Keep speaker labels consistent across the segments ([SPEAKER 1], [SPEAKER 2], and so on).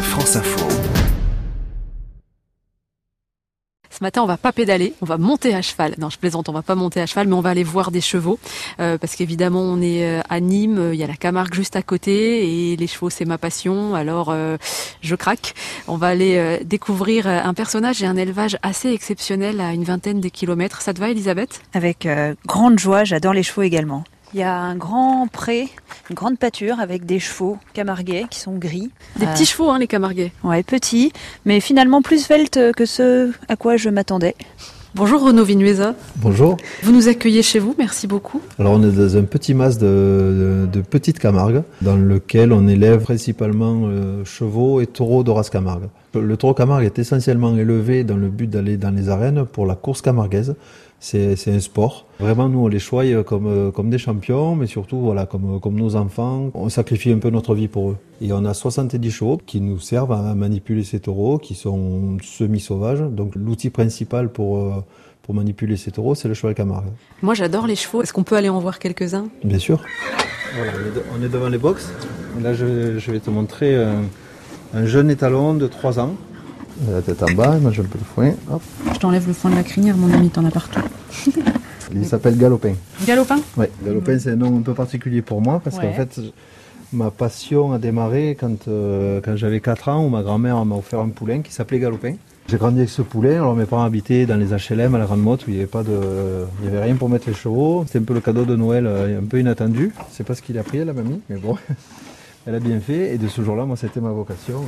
[SPEAKER 1] France Info.
[SPEAKER 2] Ce matin, on va pas pédaler, on va monter à cheval. Non, je plaisante, on va pas monter à cheval, mais on va aller voir des chevaux. euh, parce qu'évidemment, on est euh, à Nîmes, euh, il y a la Camargue juste à côté, et les chevaux, c'est ma passion, alors euh, je craque. On va aller euh, découvrir euh, un personnage et un élevage assez exceptionnel à une vingtaine de kilomètres. Ça te va, Elisabeth
[SPEAKER 3] Avec euh, grande joie, j'adore les chevaux également. Il y a un grand pré, une grande pâture avec des chevaux camarguais qui sont gris.
[SPEAKER 2] Des
[SPEAKER 3] Euh,
[SPEAKER 2] petits chevaux, hein, les Camarguais.
[SPEAKER 3] Ouais, petits, mais finalement plus veltes que ce à quoi je m'attendais.
[SPEAKER 2] Bonjour Renaud Vinuesa,
[SPEAKER 4] Bonjour.
[SPEAKER 2] vous nous accueillez chez vous, merci beaucoup.
[SPEAKER 4] Alors on est dans un petit mas de, de, de petite Camargue dans lequel on élève principalement euh, chevaux et taureaux de race Camargue. Le taureau Camargue est essentiellement élevé dans le but d'aller dans les arènes pour la course camarguaise. C'est c'est un sport. Vraiment, nous, on les choye comme, euh, comme des champions, mais surtout, voilà, comme, comme nos enfants. On sacrifie un peu notre vie pour eux. Et on a 70 chevaux qui nous servent à manipuler ces taureaux, qui sont semi-sauvages. Donc, l'outil principal pour, euh, pour manipuler ces taureaux, c'est le cheval Camargue.
[SPEAKER 2] Moi, j'adore les chevaux, est-ce qu'on peut aller en voir quelques-uns
[SPEAKER 4] Bien sûr. Voilà, on est de- on est devant les box. Là, je, je vais te montrer euh, un, jeune étalon de 3 ans. La tête en bas, il mange un peu le foin. Hop.
[SPEAKER 2] Je t'enlève le fond de la crinière, mon ami, t'en as partout.
[SPEAKER 4] Il s'appelle Galopin.
[SPEAKER 2] Galopin
[SPEAKER 4] Ouais, Galopin, c'est un nom un peu particulier pour moi parce qu'en fait, je- ma passion a démarré quand, euh, quand j'avais 4 ans où ma grand-mère m'a offert un poulain qui s'appelait Galopin. J'ai grandi avec ce poulain. Alors mes parents habitaient dans les HLM à la Grande Motte où il n'y avait pas de, il y avait rien pour mettre les chevaux. C'était un peu le cadeau de Noël, euh, un peu inattendu. Je sais pas ce qu'il a pris la mamie, mais bon, elle a bien fait. Et de ce jour-là, moi, c'était ma vocation.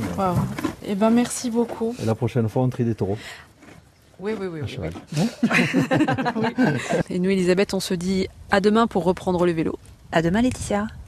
[SPEAKER 2] Eh ben merci beaucoup.
[SPEAKER 4] Et la prochaine fois, on trie des taureaux.
[SPEAKER 2] Oui, oui, oui. oui,
[SPEAKER 4] cheval.
[SPEAKER 2] oui. Et nous, Elisabeth, on se dit à demain pour reprendre le vélo.
[SPEAKER 3] À demain, Laetitia.